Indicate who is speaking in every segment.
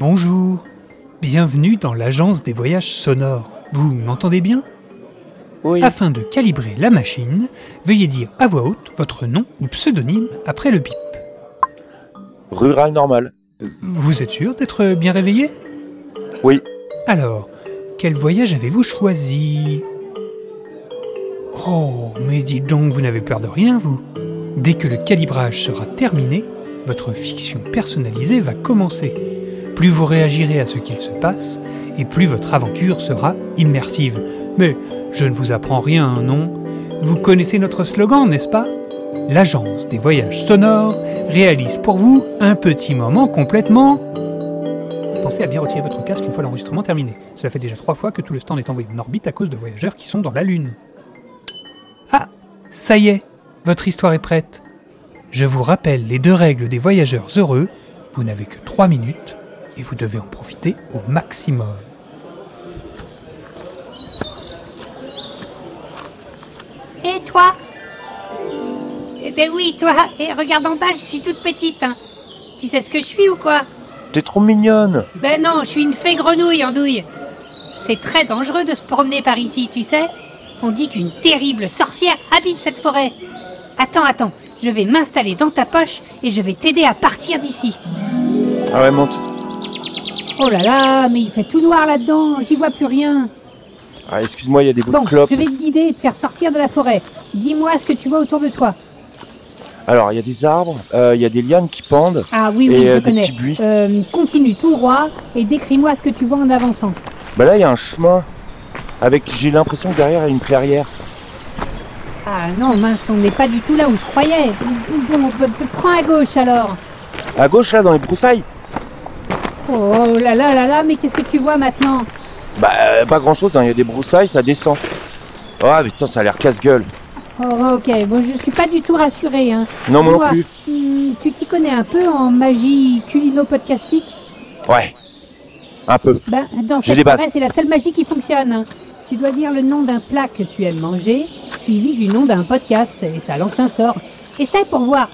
Speaker 1: Bonjour, bienvenue dans l'agence des voyages sonores. Vous m'entendez bien
Speaker 2: Oui.
Speaker 3: Ah,
Speaker 1: Afin de calibrer la machine, veuillez dire à voix haute votre nom ou pseudonyme après le bip.
Speaker 2: Rural normal.
Speaker 1: Vous êtes sûr d'être bien réveillé
Speaker 2: Oui.
Speaker 1: Alors, quel voyage avez-vous choisi Oh, mais dites donc, vous n'avez peur de rien, vous. Dès que le calibrage sera terminé, votre fiction personnalisée va commencer. Plus vous réagirez à ce qu'il se passe, et plus votre aventure sera immersive. Mais je ne vous apprends rien, non Vous connaissez notre slogan, n'est-ce pas L'agence des voyages sonores réalise pour vous un petit moment complètement Pensez à bien retirer votre casque une fois l'enregistrement terminé. Cela fait déjà trois fois que tout le stand est envoyé en orbite à cause de voyageurs qui sont dans la Lune. Ah Ça y est Votre histoire est prête. Je vous rappelle les deux règles des voyageurs heureux. Vous n'avez que trois minutes et vous devez en profiter au maximum.
Speaker 3: Et toi Eh ben oui, toi Et regarde en bas, je suis toute petite. hein. Tu sais ce que je suis ou quoi
Speaker 2: T'es trop mignonne.
Speaker 3: Ben non, je suis une fée grenouille en douille. C'est très dangereux de se promener par ici, tu sais. On dit qu'une terrible sorcière habite cette forêt. Attends, attends, je vais m'installer dans ta poche et je vais t'aider à partir d'ici.
Speaker 2: Ah ouais, monte.
Speaker 3: Oh là là, mais il fait tout noir là-dedans, j'y vois plus rien.
Speaker 2: Ah, excuse-moi, il y a des bouts
Speaker 3: Bon,
Speaker 2: de clopes.
Speaker 3: je vais te guider et te faire sortir de la forêt. Dis-moi ce que tu vois autour de toi.
Speaker 2: Alors, il y a des arbres, euh, il y a des lianes qui pendent.
Speaker 3: Ah oui,
Speaker 2: Et,
Speaker 3: oui,
Speaker 2: euh,
Speaker 3: je
Speaker 2: des
Speaker 3: connais.
Speaker 2: petits buis.
Speaker 3: Euh, continue tout droit et décris-moi ce que tu vois en avançant.
Speaker 2: Bah là, il y a un chemin. Avec, j'ai l'impression que derrière, il y a une clairière.
Speaker 3: Ah non, mince, on n'est pas du tout là où je croyais. Bon, p- p- prends à gauche alors.
Speaker 2: À gauche, là, dans les broussailles.
Speaker 3: Oh là là là là, mais qu'est-ce que tu vois maintenant
Speaker 2: Bah, euh, pas grand-chose, hein, il y a des broussailles, ça descend. Ah, putain, ça a l'air casse-gueule.
Speaker 3: Oh ok, bon, je suis pas du tout rassurée. Hein.
Speaker 2: Non, moi non
Speaker 3: Dis-moi,
Speaker 2: plus.
Speaker 3: hmm, tu t'y connais un peu en magie culino-podcastique
Speaker 2: Ouais. Un peu.
Speaker 3: Ben, dans
Speaker 2: J'ai
Speaker 3: cette
Speaker 2: des bases.
Speaker 3: forêt, c'est la seule magie qui fonctionne. hein. Tu dois dire le nom d'un plat que tu aimes manger, suivi du nom d'un podcast, et ça lance un sort. Essaye pour voir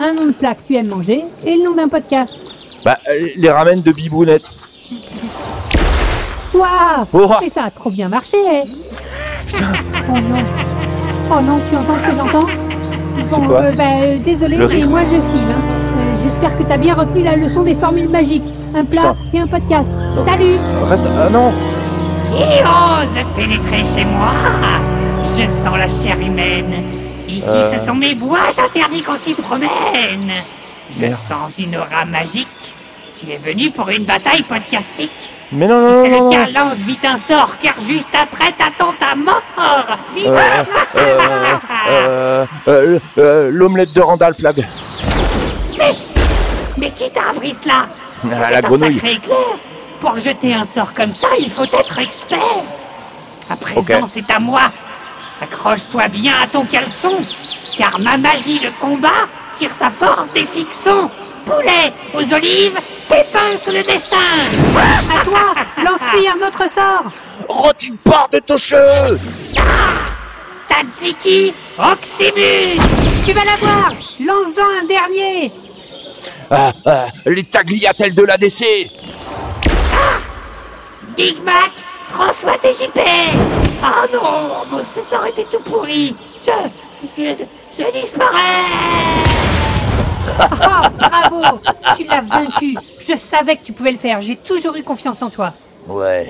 Speaker 3: un nom de plat que tu aimes manger et le nom d'un podcast.
Speaker 2: Bah, euh, les ramènes de bibounette.
Speaker 3: Waouh
Speaker 2: Oh, ah,
Speaker 3: Et ça a trop bien marché hein. Oh non Oh non, tu entends ce que j'entends
Speaker 2: C'est quoi
Speaker 3: euh, bah, euh, désolé,
Speaker 2: Le
Speaker 3: mais
Speaker 2: rire.
Speaker 3: moi je file. hein. Euh, J'espère que t'as bien retenu la leçon des formules magiques. Un plat
Speaker 2: Putain.
Speaker 3: et un podcast.
Speaker 2: Non.
Speaker 3: Salut
Speaker 2: reste. Ah non
Speaker 4: Qui ose pénétrer chez moi Je sens la chair humaine. Ici,
Speaker 2: Euh.
Speaker 4: ce sont mes bois, j'interdis qu'on s'y promène. Je
Speaker 2: Merde.
Speaker 4: sens une aura magique. Tu es venu pour une bataille podcastique.
Speaker 2: Mais non,
Speaker 4: Si
Speaker 2: non,
Speaker 4: c'est
Speaker 2: non,
Speaker 4: le
Speaker 2: non, non.
Speaker 4: cas, lance vite un sort, car juste après, t'attends ta mort. Vite
Speaker 2: Euh, euh, euh, euh, euh, L'omelette de Randolph, là.
Speaker 4: Mais qui t'a appris cela
Speaker 2: Ah,
Speaker 4: C'était
Speaker 2: la
Speaker 4: un
Speaker 2: grenouille.
Speaker 4: sacré éclair. Pour jeter un sort comme ça, il faut être expert. À présent,
Speaker 2: Ok.
Speaker 4: c'est à moi. Accroche-toi bien à ton caleçon, car ma magie de combat tire sa force des fictions. Poulet aux olives, pépins sous le destin.
Speaker 3: À toi Lance-lui un autre sort
Speaker 2: Rôti une part de tocheux
Speaker 4: Tadziki, Oxymus.
Speaker 3: Tu vas l'avoir Lance-en un dernier
Speaker 2: ah, ah, Les tagliatelles de l'ADC
Speaker 4: Big Mac, François TJP Oh non, mon ce sort était tout pourri Je... je... je disparais
Speaker 3: Oh, bravo Tu l'as vaincu Je savais que tu pouvais le faire, j'ai toujours eu confiance en toi.
Speaker 2: Ouais.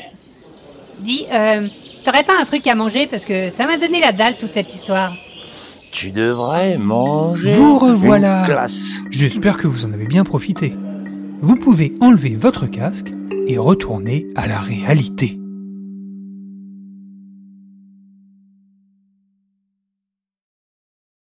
Speaker 3: Dis, euh, t'aurais pas un truc à manger parce que ça m'a donné la dalle toute cette histoire.
Speaker 2: Tu devrais manger.
Speaker 1: Vous revoilà.
Speaker 2: une glace.
Speaker 1: J'espère que vous en avez bien profité. Vous pouvez enlever votre casque et retourner à la réalité.